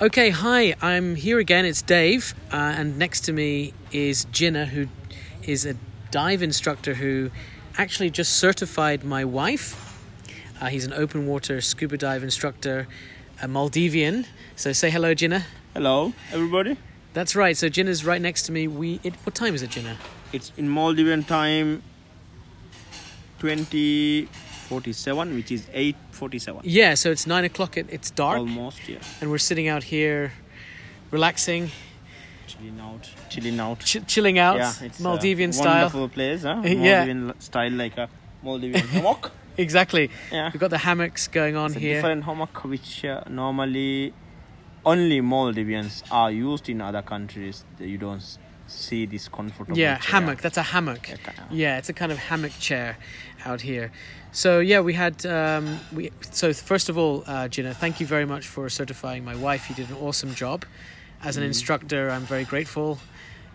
Okay, hi, I'm here again. It's Dave, uh, and next to me is Jinnah, who is a dive instructor who actually just certified my wife. Uh, he's an open water scuba dive instructor, a Maldivian. So say hello, Jinnah. Hello, everybody. That's right. So Jinnah's right next to me. We it, what time is it, Jinnah? It's in Maldivian time 2047, which is 847. Yeah, so it's nine o'clock. It, it's dark, Almost, yeah. and we're sitting out here, relaxing, Chilling out. Chilling out. ch- chilling out, yeah, it's a Maldivian style. Wonderful place, huh? Yeah. Maldivian l- style, like a Maldivian hammock. Exactly. Yeah. We've got the hammocks going on It's a here. different hammock which uh, normally only Maldivians are used in other countries. You don't s- see this comfortable. yeah, chair. hammock. That's a hammock. Yeah, kind of. Yeah, it's a kind of hammock chair out here. So yeah, we had um, we. So first of all, uh, Jinnah, thank you very much for certifying my wife. You did an awesome job as an Mm-hmm. instructor. I'm very grateful.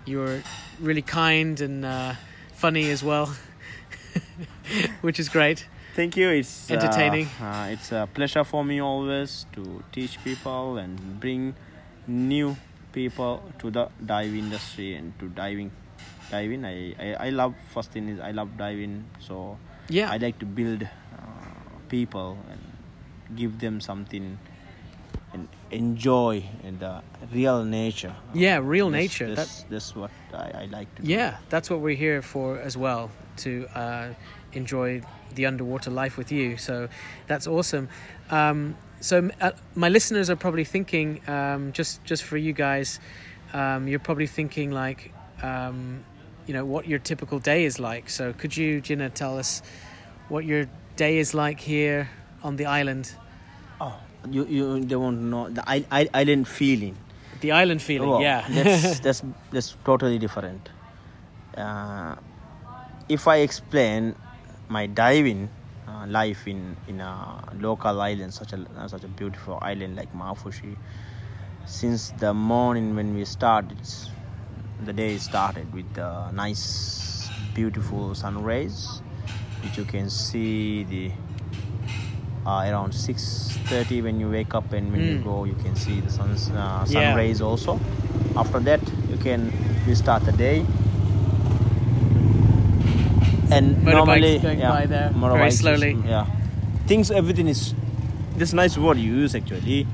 You were really kind and uh, funny as well, which is great. Thank you. It's uh, Entertaining. Uh, it's a pleasure for me always to teach people and bring new people to the dive industry and to diving. Diving, I, I, I love first thing is I love diving, so Yeah, I like to build uh, people and give them something and enjoy and the real nature. yeah, real This- nature. That- This, this what I, I like to do. Yeah, that's what we're here for as well to uh, enjoy the underwater life with you. So that's awesome. Um, so uh, my listeners are probably thinking, um, just just for you guys, um, you're probably thinking like, um, you know, what your typical day is like. So could you, Gina, tell us what your day is like here on the island, Oh, you, you they won't know the I, I, island feeling. the island feeling? Wow, yeah, Oh, that's, that's that's totally different. Uh, if I explain my diving uh, life in in a local island, such a uh, such a beautiful island like Mafushi, since the morning when we started, the day started with the nice, beautiful sun rays, which you can see the. Uh, around 6.30 when you wake up and when you Mm. go you can see the sun's uh, sun Yeah. rays also after that you can restart the day and Motorbikes normally going yeah, by there very motorbikes is- slowly. yeah things everything is this nice word you use actually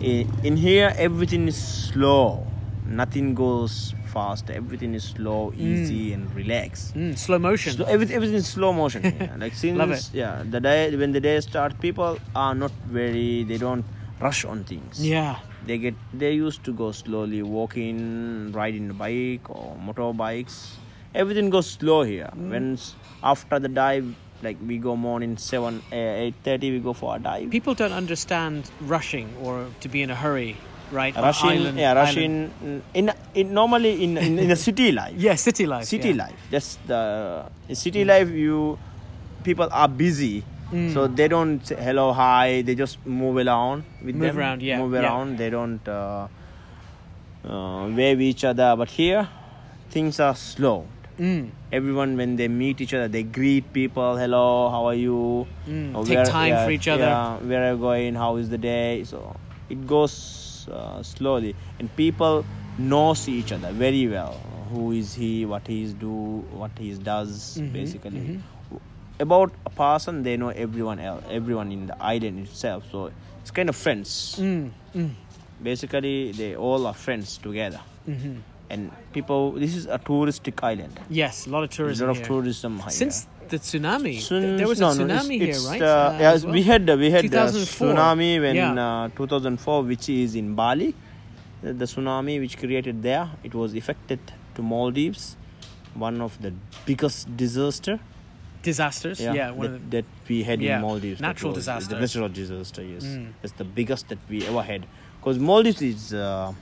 I- in here everything is slow nothing goes fast everything is slow easy and relaxed mm, slow Hmm. motion. Slow, everything, everything is slow motion. yeah. Like since Love it. yeah, the day when the day start, people are not very. They don't rush on things. yeah, They get they used to go slowly, walking, riding the bike or motorbikes. Everything goes slow here. Mm. When s- after the dive, like we go morning seven uh, eight thirty, we go for a dive. people don't understand rushing or to be in a hurry, right? on Russian, island- yeah, island. Russian. mm, In in normally in in, in the city life. Yeah, city life. city yeah. life that's the in city life you people are busy Mm. so they don't say hello hi they just move around with Move them around, yeah, move yeah. around they don't uh, uh, wave each other but here things are slow Mm, everyone when they meet each other they greet people hello how are you Mm, Or take time for each other. yeah, where are you going how is the day so it goes uh, slowly and people knows each other very well who is he what he's do what he does Mm-hmm, basically about a person they know everyone else everyone in the island itself so it's kind of friends mm, mm. basically they all are friends together hmm and people this is a touristic island Yes, a lot of there's a tourism. lot of here. tourism here. Since the tsunami, th- Tsun- there was no, a no, tsunami it's- here, it's, right? uh, Uh, yeah, as we well? had we had the 2004. tsunami when Yeah. uh, 2004, which is in Bali, the, the tsunami which created there. It was affected to Maldives, one of the biggest disaster. disasters. Yeah, one that, of the that we had yeah, in Maldives. that natural was- uh, disasters. The natural disaster, yes, Mm. it's the biggest that we ever had. Because Maldives is a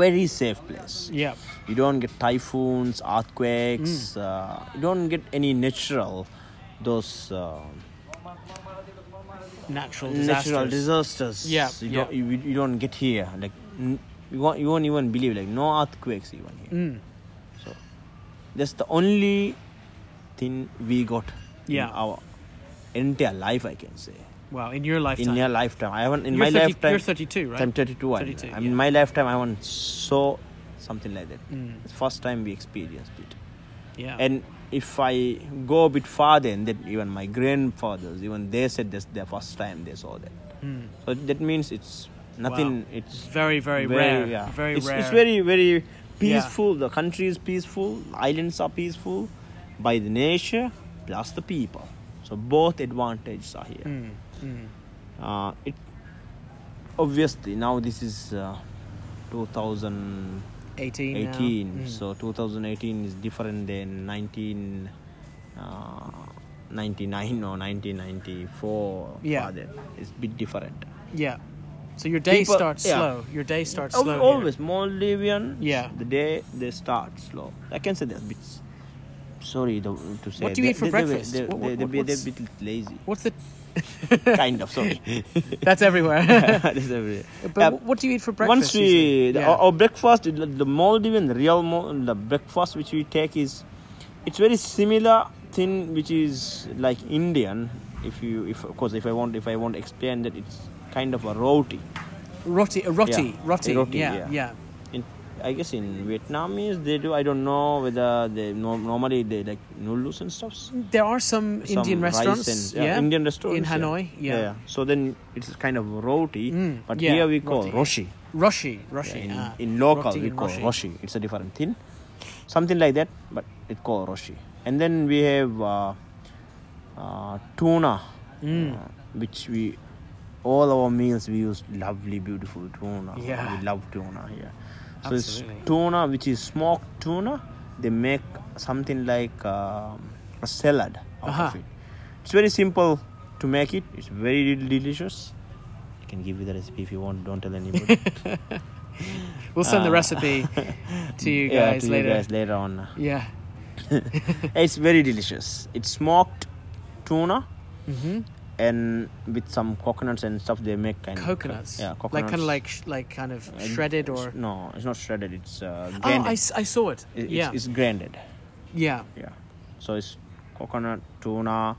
very safe place yeah, you don't get typhoons Mm. earthquakes uh, you don't get any natural those uh, natural disasters. natural disasters Yeah, you yeah. don't you, you don't get here like n- you won't, you won't even believe like no earthquakes even here Mm, so that's the only thing we got Yeah. in our entire life i can say Wow, in your lifetime. in your lifetime. I haven't in You're my 30 lifetime. You're 32, right? I'm 32. 32, I, I yeah. mean, my lifetime, I want so something like that. Mm, It's first time we experienced it. yeah. And if I go a bit farther, and that even my grandfathers, even they said this their first time they saw that. Mm. So that means it's nothing. It's Very, very, rare. yeah. Very it's, rare. It's very, very peaceful. The country is peaceful. Islands are peaceful by the nature plus the people. So both advantages are here. Mm, mm, Uh, it obviously now this is uh, 2018. 18. now. Mm. So 2018 is different than 19. Uh, 99 or 1994 Yeah. rather. it's a bit different Yeah. So your day People- starts yeah. slow. Your day starts Al- slow. here. always Maldivian. Yeah. The day they start slow. I can say that. But s- sorry the, to say. What do you they- eat for they- they- breakfast? They, they, What- what- they, be- what's- they're a bit lazy. What's the? kind of sorry. That's everywhere. That's every- but Uh, wh- what do you eat for breakfast? Once we usually? the, yeah. our, our breakfast, the, the Maldivian, the real Mal, the breakfast which we take is, it's very similar thing which is like Indian. If you, if of course, if I want, if I want to explain that, it's kind of a roti. roti, uh, roti, Yeah, roti, roti, yeah, yeah. yeah, in I guess in Vietnamese they do. I don't know whether they no, normally they like noodles and stuffs. There are some, Some Indian rice restaurants, and- yeah, Indian restaurants in Hanoi, yeah. So then it's kind of roti, Mm, but yeah, here we call roti. roshi. Roshi, Yeah, Roshi, in, ah. in local Roti we and call roshi. roshi. It's a different thing, something like that, but it called roshi. And then we have uh, uh, tuna, Mm. uh, which we all our meals we use lovely, beautiful tuna. Yeah. we love tuna here. So Absolutely. it's tuna, which is smoked tuna. They make something like um, a salad out Aha. of it. It's very simple to make it. It's very delicious. I can give you the recipe if you want. Don't tell anybody. We'll send the Ah. recipe to you Yeah, guys to later. You guys later on. Yeah. It's very delicious. It's smoked tuna Mm-hmm. and with some coconuts and stuff they make kind Coconuts. Of, yeah, coconuts. Like kind of like sh- like kind of And shredded or. it's- no, it's not shredded. It's uh, Oh, grinded. I, s- I saw it. It- it's, yeah. it's grinded. yeah. Yeah. So it's coconut tuna,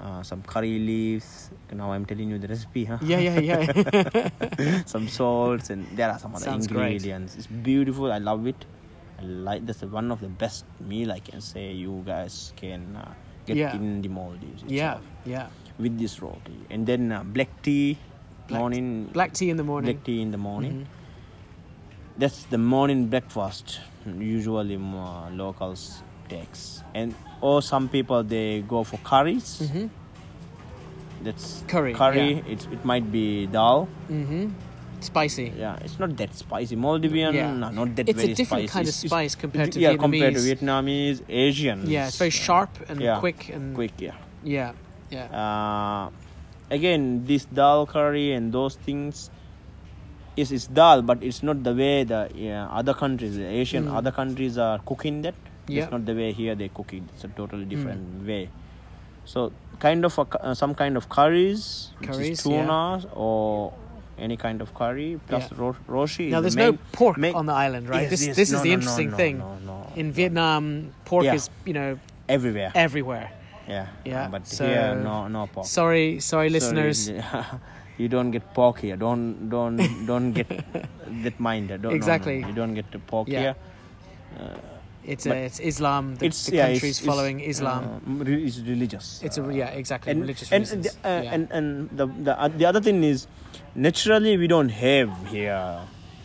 uh, some curry leaves. Now I'm telling you the recipe, huh? Yeah. Yeah. Yeah. some salts and there are some other Sounds great. ingredients. It's beautiful. I love it. I like that's one of the best meal I can say you guys can uh, get Yeah. in the Maldives. yeah. itself Yeah. With this roti and then uh, black tea Black- morning Black tea in the morning. Mm-hmm. black tea in the morning. That's the morning breakfast usually more locals takes and or some people they go for curries. Mm-hmm. That's Curry, Curry. yeah. It's, it might be dal. Mm-hmm. Spicy. Yeah, it's not that spicy. Maldivian, Yeah. no, not that It's a very different spicy. kind of It's- it's- spice compared to yeah, compared to Vietnamese. Vietnamese, Asian. Yeah, it's very sharp and Yeah. quick and Quick, yeah. yeah, yeah, Uh, again, this dal curry and those things is it's dal, but it's not the way the yeah, other countries, the Asian Mm. other countries are cooking that. Yeah. Mm. It's not the way here they cook it. It's a totally different way. So, kind of a, cu- uh, some kind of curries, which is Curries, yeah. tuna or any kind is the main- main- yes, yes, no, no, no, no, no, no, no, no, Yeah. no, no. plus roshi. Now there's no pork on the island, right? this this is the interesting thing. In Vietnam, pork Yeah. is you know everywhere. everywhere. Yeah. Yeah, But so- here, no, no pork. Sorry, sorry, listeners. Sorry, you don't get pork here. Don't, don't, don't get that mind. Don't, no, no, Exactly. you don't get the pork Yeah. here. It's but- a, it's Islam. The, It's the yeah, country's it's, it's, following Islam. uh, re- it's religious. it's a Uh, yeah, exactly and religious and, reasons. the, uh, yeah. and and the the, uh, the other thing is, naturally we don't have here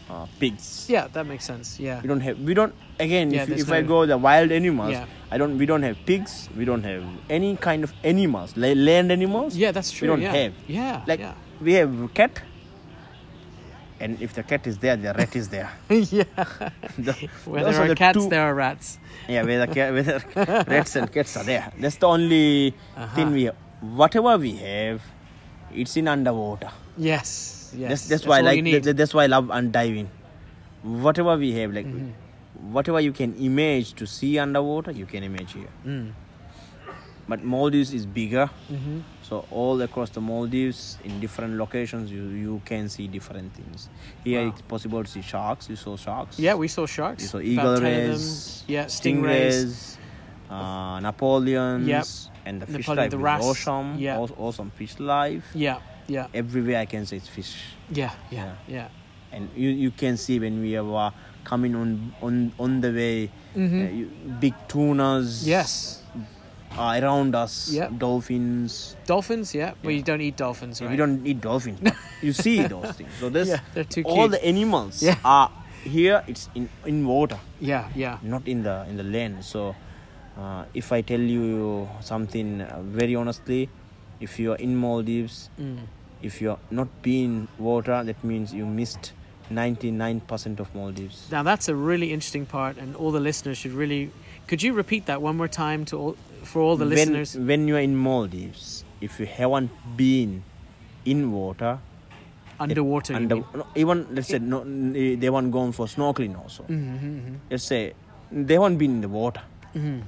uh, pigs. yeah, that makes sense. Yeah, We don't have. We don't. Again, Yeah, if, there's if I no- go the wild animals, Yeah. I don't. We don't have pigs. We don't have any kind of animals, la- land animals. yeah, that's true. don't yeah. have. Yeah, Like yeah, we have cat. And if the cat is there, the rat is there. yeah. The- Where those there are, the cats, two- there are rats. Yeah, where the cat, where the rats and cats are there. That's the only Uh-huh. thing we have. Whatever we have, it's in underwater. Yes, yes. that's, that's, why I all you like need. that, that's why I love and diving. Whatever we have, like Mm-hmm. whatever you can image to see underwater, you can image here. Mm. But Maldives is bigger, Mhm. so all across the Maldives, in different locations, you, you can see different things. Here Wow. it's possible to see sharks. You saw sharks. Yeah, we saw sharks. you saw about 10 eagle of them. rays. Yeah, stingrays. stingrays, uh, Napoleon's Yep. and the fish Napoleon, life the is wrasse. awesome. Yeah. Aw- awesome fish life. Yeah, yeah, Everywhere I can say it's fish, yeah, yeah, yeah. and you, you can see when we were coming on on on the way, hmm uh, you, big tunas. Yes, are around us. Yep. Dolphins. dolphins. Yeah, well, you don't eat dolphins, Yeah, right? We don't eat dolphins. but you see those things. So this Yeah, they're too all cute. the animals Yeah. are here. It's in in water. Yeah, yeah, not in the in the land so uh, if i tell you something uh, very honestly if you are in maldives mm. if you are not being water that means you missed 99% of maldives Now that's a really interesting part, and all the listeners should really. Could you repeat that one more time to all for all the when, listeners? when you are in maldives if you haven't been in water Underwater. under, no, even let's say no, they haven't gone for snorkeling also Mm-hmm, let's say they haven't been in the water hmm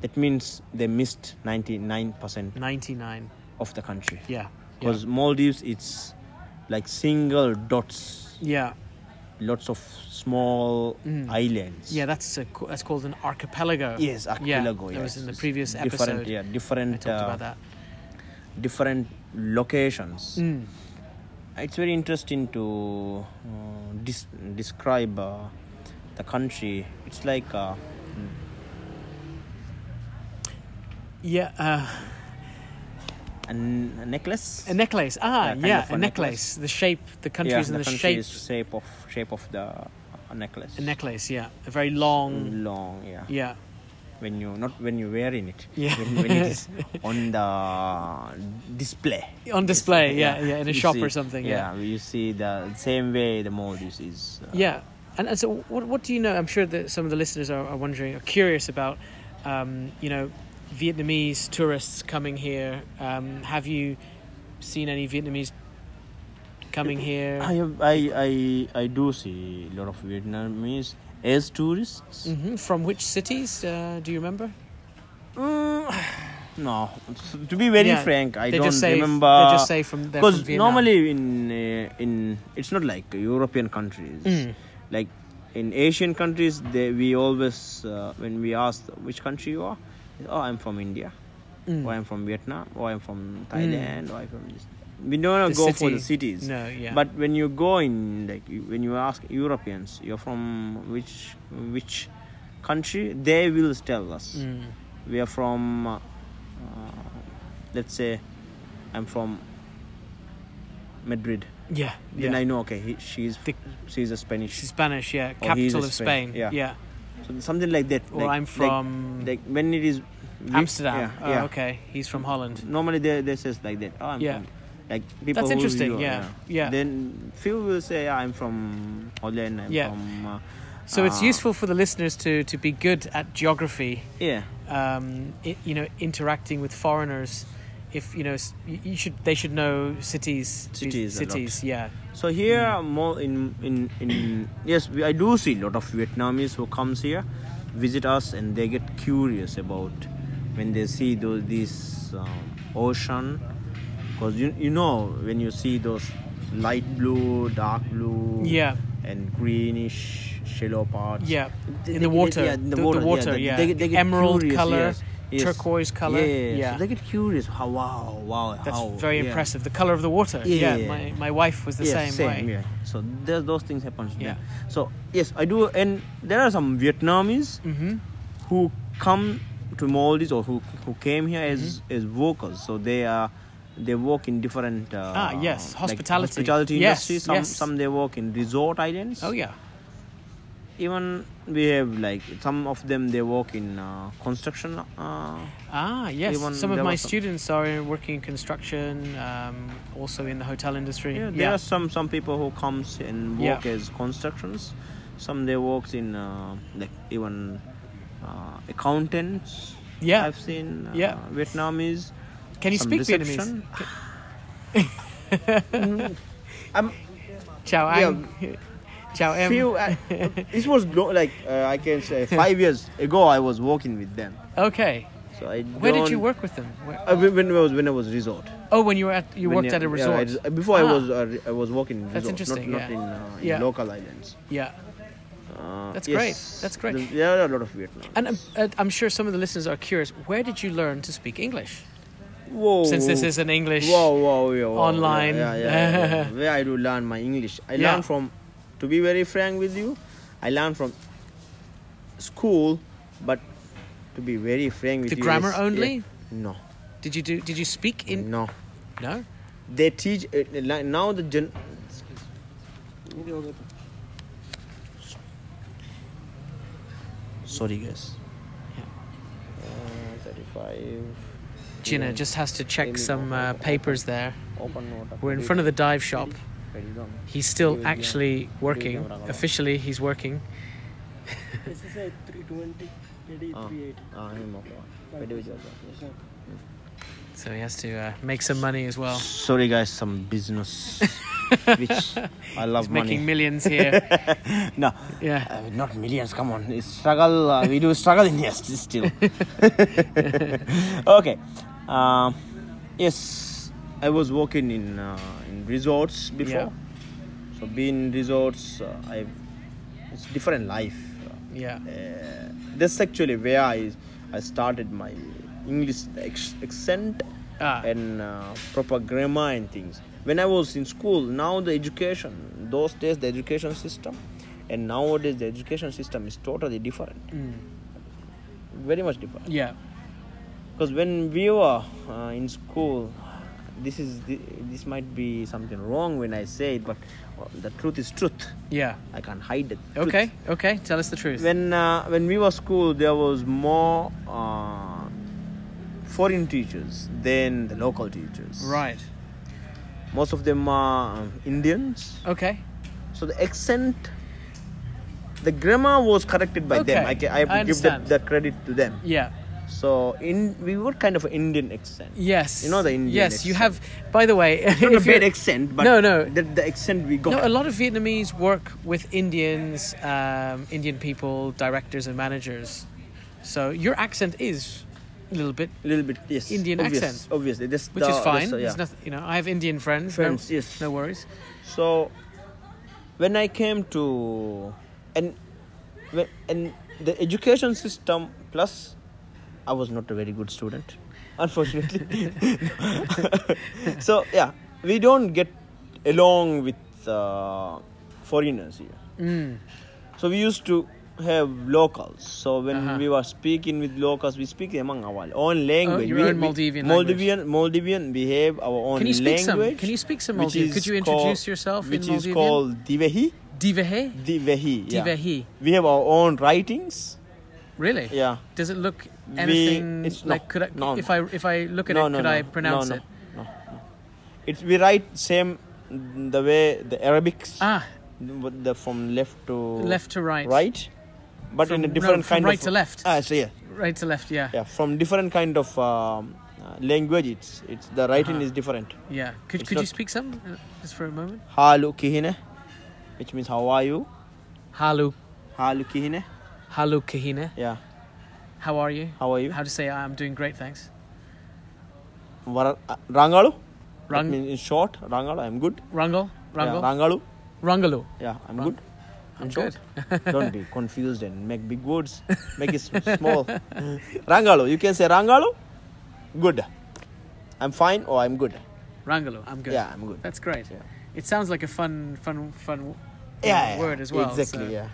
that means they missed 99% Ninety-nine. of the country Yeah. yeah, because Maldives it's like single dots, Yeah. lots of small Mm. islands. Yeah, that's a, co- that's called an archipelago. Yes, archipelago. that yes. was in the It's previous Different, episode. yeah, I different, talked about that. uh, different locations. Mm. It's very interesting to uh, dis- describe uh, the country. It's like uh, Yeah, uh, a, n- a necklace. a necklace. Ah, Yeah, kind yeah, of a a necklace. necklace. The shape, the yeah, countries the and the, country shape. is shape of shape of the uh, necklace. A necklace. Yeah, a very long. Long, yeah. Yeah, when you not when you wear in it Yeah. when, when it is on the display on display. Yeah, Yeah. yeah, in a You shop see- or something. yeah. you see the same way the Maldives is uh, Yeah, and, and so what, what do you know? I'm sure that some of the listeners are, are wondering, are curious about, um, you know, Vietnamese tourists coming here. Um, have you seen any Vietnamese coming here? I, have- I I I do see a lot of Vietnamese as tourists hmm From which cities uh, do you remember? Mm, no to be very Yeah, frank I they don't just say remember They just say from there. because normally in uh, in it's not like European countries Mm. like in Asian countries they, we always uh, when we ask which country you are oh I'm from India Mm. or I'm from Vietnam, or I'm from Thailand, or I'm from this. We don't wanna Hmm. The go for city. the cities. no, yeah, But when you go in, like you- when you ask Europeans, you're from which which country? They will tell us Mm. we are from. Uh, let's say, I'm from Madrid. yeah, yeah. Then I know okay, he, she's The- she's a Spanish. She's Spanish, yeah, Or Oh, he's capital a of Spain, Spain, yeah. yeah. So something like that. Or like- I'm like- from like, when it is Amsterdam. Yeah, Oh, yeah. okay, he's from Holland. normally they they says like that. Oh, I'm Yeah. from, like people. That's who interesting, you are, yeah, yeah. Then few will say I'm from Holland. I'm Yeah. from uh, So it's uh, useful for the listeners to, to be good at geography, Yeah, um, i you know, interacting with foreigners. If you know, s- you you should they should know cities, these Cities a lot. cities. Yeah, so here more in in in yes, we, I do see a lot of Vietnamese who comes here, visit us, and they get curious about when they see those this um, ocean, because you you know when you see those light blue, dark blue, Yeah. and greenish shallow parts. yeah, They- in they- the water, yeah, the, the water, yeah, They, they get emerald curious, color, yes, yes. turquoise color, Yeah, yeah, yeah. yeah. So they get curious. How wow, wow, That's how, very yeah. impressive. The color of the water. Yeah, Yeah, yeah, my, my wife was the Yeah, same, way. Yeah. So there's those things happen. to Yeah. them. So yes, I do, and there are some Vietnamese hmm who come to Maldives or who who came here as Mm-hmm. as workers. So they are. They work in different uh, Ah, yes, like hospitality. hospitality Yes, industry. Some yes. some they work in resort islands. Oh yeah. Even we have like some of them they work in uh, construction uh, Ah yes. Even Some of there my was some- students are working in construction, um, also in the hotel industry. Yeah, there are some some people who comes and Yeah. work as constructions. Some they works in uh, like even uh, accountants. Yeah. I've seen. Uh, Yeah. Vietnamese. Can you some speak reception. Vietnamese? Mm-hmm. I'm Chào Yeah. anh. Chào em. few. I, this was lo- like uh, I can say five years ago. I was working with them. Okay. So I. Where did you don't- work with them? Where- Uh, when when I was when I was resort. oh, when you were at you When worked I- at a yeah, I resort. res- before I Ah. was uh, re- I was working in That's resort, interesting, not, not yeah. in, uh, in Yeah. local islands. Yeah. Uh, That's yes. great. That's great. There- There are a lot of Vietnam. And I'm, uh, I'm sure some of the listeners are curious. Where did you learn to speak English? Whoa. Since this is an English. Wow, wow, yeah, wow. online. Yeah, yeah, yeah, yeah. Where I do learn my English. I Yeah. learn from, to be very frank with you, I learn from school, but to be very frank with The you. grammar it's- only? yeah. Mm. No, Did you do? Did you speak in? no. No. They teach, uh, like now the gen. Sorry, guys. Yeah. Uh, 35. Gina Yeah. uh, just has to check Maybe some not. uh, papers there. Open note. We're in front of the dive shop. Very long. He's still actually working. Officially, he's working. This is a 320, AD Ah. 380. Ah, him, okay. Where do we go? Yes. So he has to uh, make some money as well. Sorry, guys, some business. which I love He's money. making millions here. no, yeah. uh, not millions. Come on, it's struggle. Uh, we do struggle in here st- still. okay. Um, yes, I was working in uh, in resorts before. So being in resorts, uh, I it's different life. Yeah. Uh, this actually where I I started my English ex- accent Ah. and uh, proper grammar and things. When I was in school, now the education, those days the education system, and nowadays the education system is totally different, Mm. very much different. Yeah. Because when we were uh, in school, this is the, this might be something wrong when I say it, but uh, the truth is truth. Yeah. I can't hide it. Okay. Okay. Tell us the truth. When uh, when we were school, there was more uh, foreign teachers than the local teachers. right. most of them are um, Indians. Okay. So the accent, the grammar was corrected by them. Okay, I, ca- I, I give the, understand. the credit to them. Yeah. So in we were kind of Indian accent. Yes. You know the Indian Yes. You have. accent. By the way, It's not if a bad you're- accent, but No, no. the, the accent we got. No, a lot of Vietnamese work with Indians, um, Indian people, directors and managers. So your accent is a little bit, a little bit, yes. Indian obvious, accent. Obviously. That's which the- is fine. that's the- There's yeah. nothing, you know, I have Indian friends. Friends, no, yes. no worries. So when I came to and when- and the education system plus I was not a very good student unfortunately so yeah we don't get along with uh, foreigners here Mm, so we used to have locals so when Uh-huh. Oh, we were speaking with locals we speak among our own language your we, own we- Maldivian language. Maldivian Maldivian behave our own Can you speak some? language Can you speak some which Maldivian? is Could you called- introduce yourself in which is Maldivian? called divehi Divehe? divehi yeah. Divehi. we have our own writings Really? yeah Does it look anything it's like no, could I, no, if I if I look at no it no could no. I pronounce no, no, it? no, no. it's we write same the way the arabics Ah, with the from left to left to right. Oh. right but From- in a no, different from kind right of to left. ah so yeah Right to left, yeah. Yeah. yeah from different kind of um, uh, language it's it's the writing Uh-huh. is different Could It's could you not- speak some uh, just for a moment? halu kihine which means how are you Halu halu kihine Hello, Kahina. yeah How are you? how are you How to say I'm doing great, thanks. Var- uh, rangalu Rang- That means in short rangalu i'm good Rangal? Yeah, Rangal? rangalu Rangalu. Yeah, I'm Wrong. good. I'm I'm short. Don't be confused and make big words. Make it sm- small. Rangalo. You can say Rangalo. Good. I'm fine or I'm good. Rangalu. I'm good. Yeah, I'm good. That's great. Yeah. It sounds like a fun, fun, fun Yeah, yeah, word as well. Exactly. so- Yeah.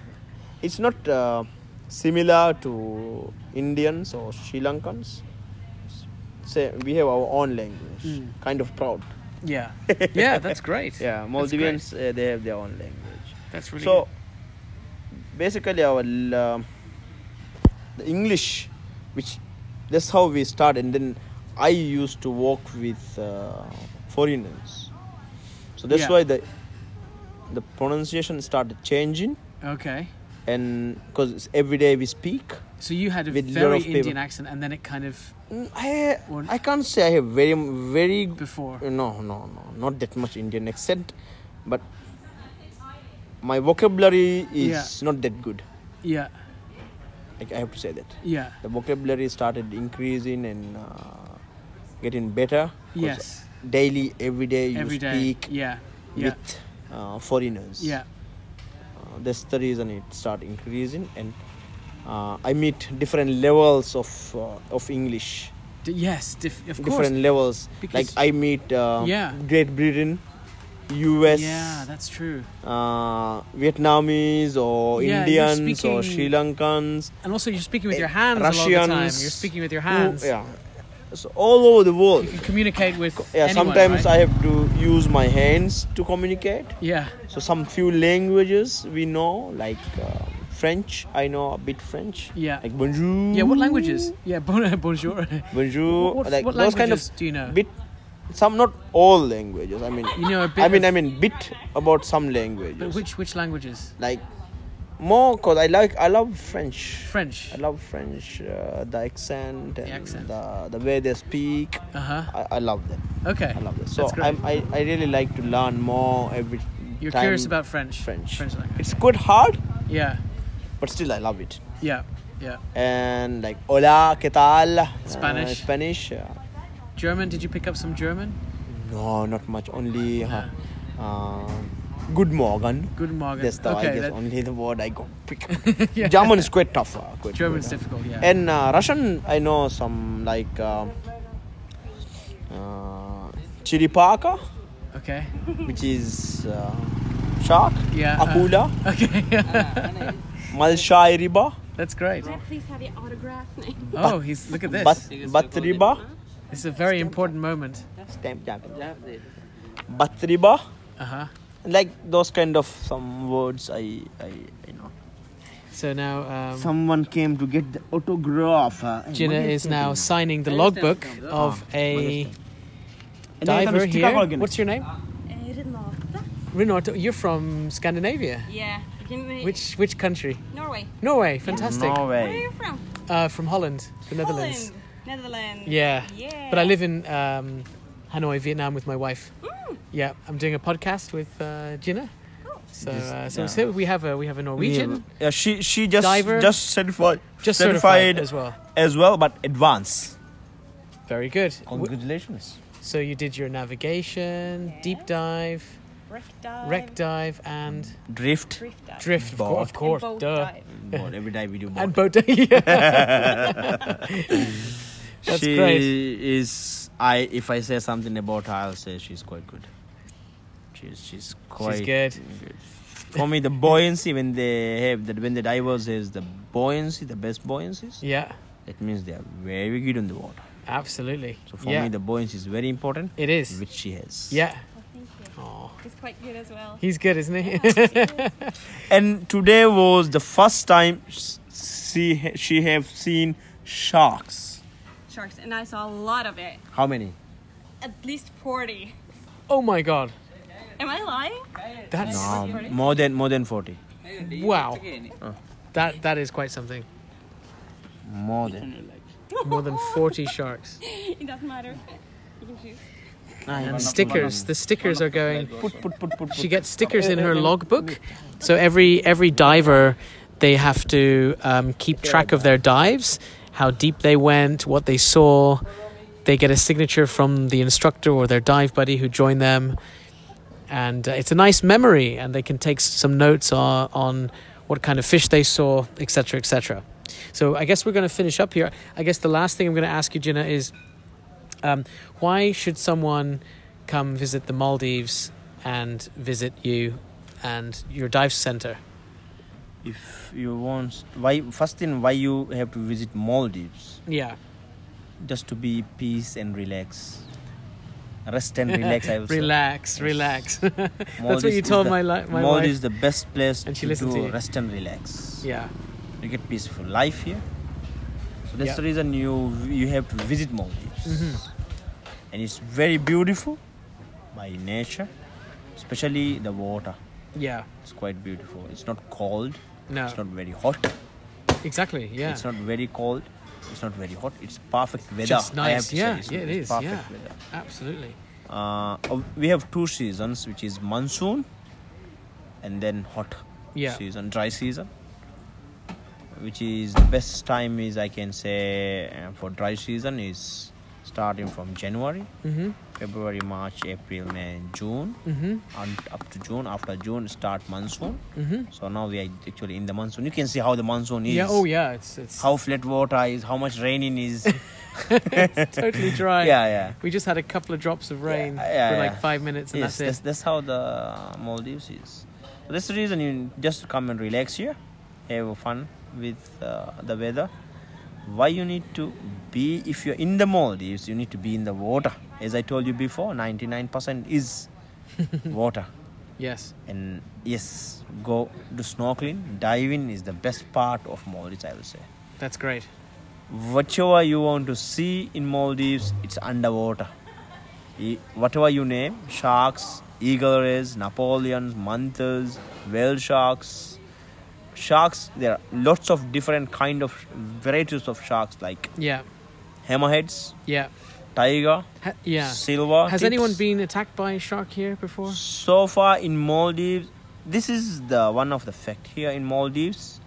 It's not uh, similar to Indians or Sri Lankans. Say we have our own language. Kind of proud. Yeah. Yeah, that's great. Yeah, That's great. Maldivians uh, they have their own language. That's really So basically, our um the English, which that's how we start, and then I used to work with uh, foreigners, so that's Yeah. why the the pronunciation started changing, good. Okay. and because every day we speak. So you had a With lot very of people. Indian accent, and then it kind of Mm, I Or- I can't say I have very very before. no no no not that much Indian accent, but my vocabulary is Yeah. not that good. Yeah. Like I have to say that. Yeah. the vocabulary started increasing and uh, getting better. 'Cause Yes. Daily, every day you Every day. speak Yeah. Yeah. with uh, foreigners. Yeah. Uh, that's the reason it start increasing and uh, i meet different levels of uh, of english D- yes, dif- of different course. levels like Because- i meet uh, Yeah. great britain us Yeah, that's true. uh, vietnamese or Yeah, you're indians or sri speaking- lankans And also, you're speaking with Eh, your hands a lot of the time. You're Russians speaking with your who- hands. yeah so all over the world You can communicate with. yeah anyone, sometimes right? i have to use my hands to communicate Yeah. so some few languages we know like uh, french i know a bit french Yeah. like bonjour Yeah. What languages? Yeah. Bon- bonjour. bonjour What, like what those languages kind of do you know? bit some not all languages i mean You know a bit. i mean of- i mean bit about some But languages which which languages? like more because i like i love french French. i love french uh, the accent and accent. the, the way they speak Uh huh. I, I love them Okay. i love them so That's great. I'm, I, I really like to learn more every You're time curious about French. french French language. it's quite hard Yeah. but still i love it Yeah. Yeah. and like hola que tal Uh, Spanish. spanish uh, German? Did you pick up some German? no not much only uh, um, good morgen Good Morgen. That's the, I okay. guess, that- only the word I got pick. Yeah. German is quite tougher. Quite German's quite difficult. Yeah. tough. And uh, Russian, I know some like uh, uh, Chiripaka, okay. which is uh, shark. Yeah, uh, Akula, Okay. Malshai riba, That's great. Can I please have your autograph? Oh, he's look at this. bat, bat riba, This is a very important moment. stamp champion, Yeah, they- bat riba. Uh huh. Like those kind of some words, I I, I know. So now um, Someone came to get the autograph. Uh, Jinnah is now signing the Where is that logbook from? of a And then diver comes here. Tikahogen. What's your name? Renato. You're from Scandinavia. Yeah. Can we- Which which country? Norway. Norway. Fantastic. Where are Norway. you from? Uh, from Holland, the Netherlands. Holland. Netherlands. Yeah. Yeah. But I live in um, Hanoi, Vietnam, with my wife. Hmm. Yeah, I'm doing a podcast with uh, Jinnah. So, uh, so, yeah. so we have a we have a Norwegian Yeah, she she just Diver. just certified just certified, certified as well. as well, but advanced. Very good. W- Congratulations. So you did your navigation, deep dive, Wreck dive. wreck dive, and Drift. Drift dive. drift. of cour- Boat. Of course, and boat duh. dive. Board. Every day we do more. And boat dive. yeah. that's she great. is I if I say something about her, I'll say she's quite good. She's she's quite good. For me, the buoyancy when they have that when the divers has the buoyancy, the best buoyancies, yeah, that means they are very good on the water. absolutely. So for yeah, me, the buoyancy is very important, it is. which she has. Yeah. Oh, thank you. Aw. He's quite good as well. He's good, isn't he? And today was the first time s- she ha- she have seen sharks. Sharks, and I saw a lot of it. How many? At least 40. oh my god. Am I lying? That's more than more than forty. wow. That that is quite something. More than. More than 40 sharks. It doesn't matter. You can choose. And stickers. The stickers are going Put put put put. she gets stickers in her logbook. So every every diver, they have to um, keep track of their dives, how deep they went, what they saw. They get a signature from the instructor or their dive buddy who joined them, and uh, it's a nice memory. And they can take s- some notes on, on what kind of fish they saw, etc., etc. So I guess we're going to finish up here. I guess the last thing I'm going to ask you, Jinnah, is um, why should someone come visit the Maldives and visit you and your dive center? If you want, why first thing why you have to visit Maldives? Yeah, Just to be peace and relax. Rest and relax. I will say. relax, relax. That's what Maldives you is told the- my, li- my Maldives is wife. the best place And she to listened do to you. rest and relax. Yeah, You get peaceful life here. So that's Yeah. the reason you you have to visit Maldives. Mm-hmm. And it's very beautiful by nature, especially the water. yeah, It's quite beautiful. It's not cold. no, It's not very hot. exactly, yeah. It's not very cold. It's not very hot. It's perfect weather. Just I have nice, to yeah, say. It's, yeah, it it's is, Perfect yeah. weather. Absolutely. Uh, oh, we have two seasons, which is monsoon, and then hot Yeah. season, dry season. Which is the best time is I can say uh, for dry season is starting from January, Mm-hmm. February, March, April, May, June, Mm-hmm. and up to June. After June, start monsoon. Mm-hmm. So now we are actually in the monsoon. You can see how the monsoon is. Yeah. Oh, yeah. It's it's How flat water is, how much raining is. it's totally dry. Yeah, yeah. We just had a couple of drops of rain Yeah, yeah, for like yeah. five minutes, and yes, that's it. that's, that's how the Maldives is. So that's the reason you just come and relax here, have fun with uh, the weather. Why you need to be if you're in the Maldives, you need to be in the water. As I told you before, 99% is water. Yes. And yes, go do snorkeling, diving is the best part of Maldives, I will say. That's great. Whatever you want to see in Maldives, it's underwater. E- Whatever you name, sharks, eagle rays, Napoleons, mantas, whale sharks, sharks. There are lots of different kind of varieties of sharks like Yeah. hammerheads, Yeah. tiger, Ha- yeah. silver. Has tips. anyone been attacked by a shark here before? So far in Maldives, this is the one of the fact here in Maldives,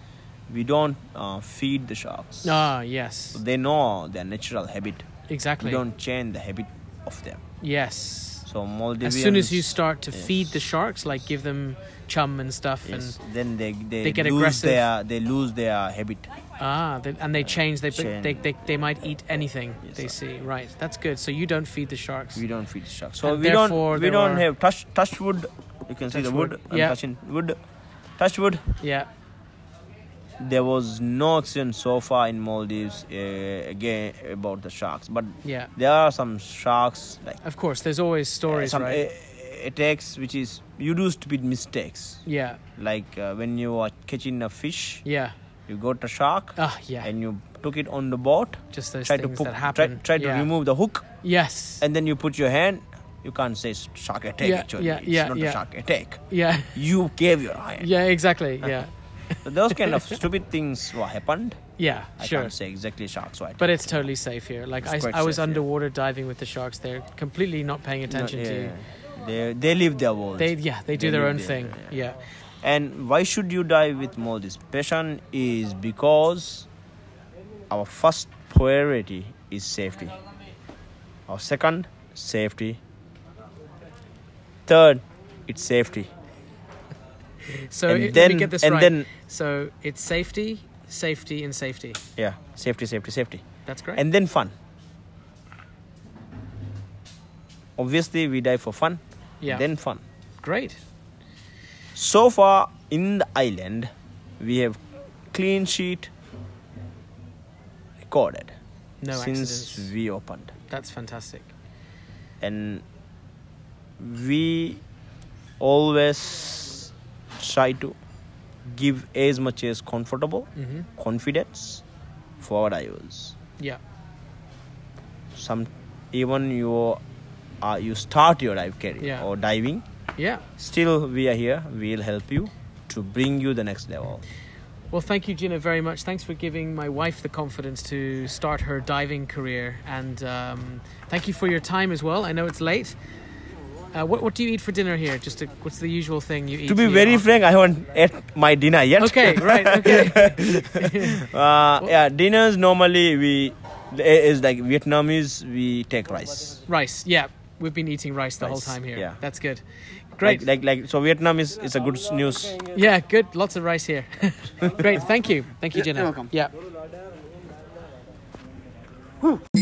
we don't uh, feed the sharks. Ah, yes. They know their natural habit. Exactly. We don't change the habit of them. Yes. So Maldivians. As soon as you start to Yes. feed the sharks, like give them chum and stuff, yes, and then they they, they get lose aggressive. Their, they lose their habit. ah, they, and they change. They, change. they they they might eat anything Uh, Yes, they sir. see. Right. That's good. So you don't feed the sharks. We don't feed sharks. So And we don't therefore we there don't are- have touch touch wood. You can see Touch the wood, wood. I'm yeah. touching wood. Touch wood. Yeah. There was no accident so far in Maldives uh, again about the sharks, but Yeah. there are some sharks like uh, Of course. There's always stories, some eh, right? a- attacks which is you do stupid mistakes yeah. like uh, when you are catching a fish, Yeah. you got a shark Ah, yeah. and you took it on the boat. Just those try to things put, that try, happen. try yeah. to remove the hook Yes. and then you put your hand you can't say s- shark attack Yeah, actually yeah, it's yeah, not yeah. a shark attack yeah. you gave your hand Yeah. Exactly. Yeah. so those kind of stupid things what happened Yeah. i Sure. can't say exactly sharks what But it's totally safe here. Like It's I, quite I was safe, yeah. underwater diving with the sharks. They're completely not paying attention to you. they, they live their world They yeah, they do They their live own there, thing. Yeah. and why should you dive with Maldives passion is because our first priority is safety our second safety third it's safety So and it, then let me get this and right. then so it's safety, safety, and safety. yeah safety safety safety That's great. and then fun obviously we dive for fun yeah. then fun great. so far in the island we have clean sheet recorded No since accidents. we opened That's fantastic. and we always try to give as much as comfortable hmm confidence for our divers Yeah. some even you uh, you start your dive career Yeah. or diving Yeah. still we are here we'll help you to bring you the next level Well, thank you, Gina, very much. Thanks for giving my wife the confidence to start her diving career, and um, thank you for your time as well. I know it's late. Uh, what what do you eat for dinner here? Just a, what's the usual thing you eat? to be here very on- frank i haven't ate my dinner yet Okay, right. Okay. uh, yeah dinners normally we is like vietnamese we take rice rice. Yeah, we've been eating rice the whole Rice, time here. yeah. That's good. Great. like like, like so vietnam is, is a good s- news yeah, good. Lots of rice here. Great. Thank you. Thank you, Yeah, Jenna. you're welcome. Yeah.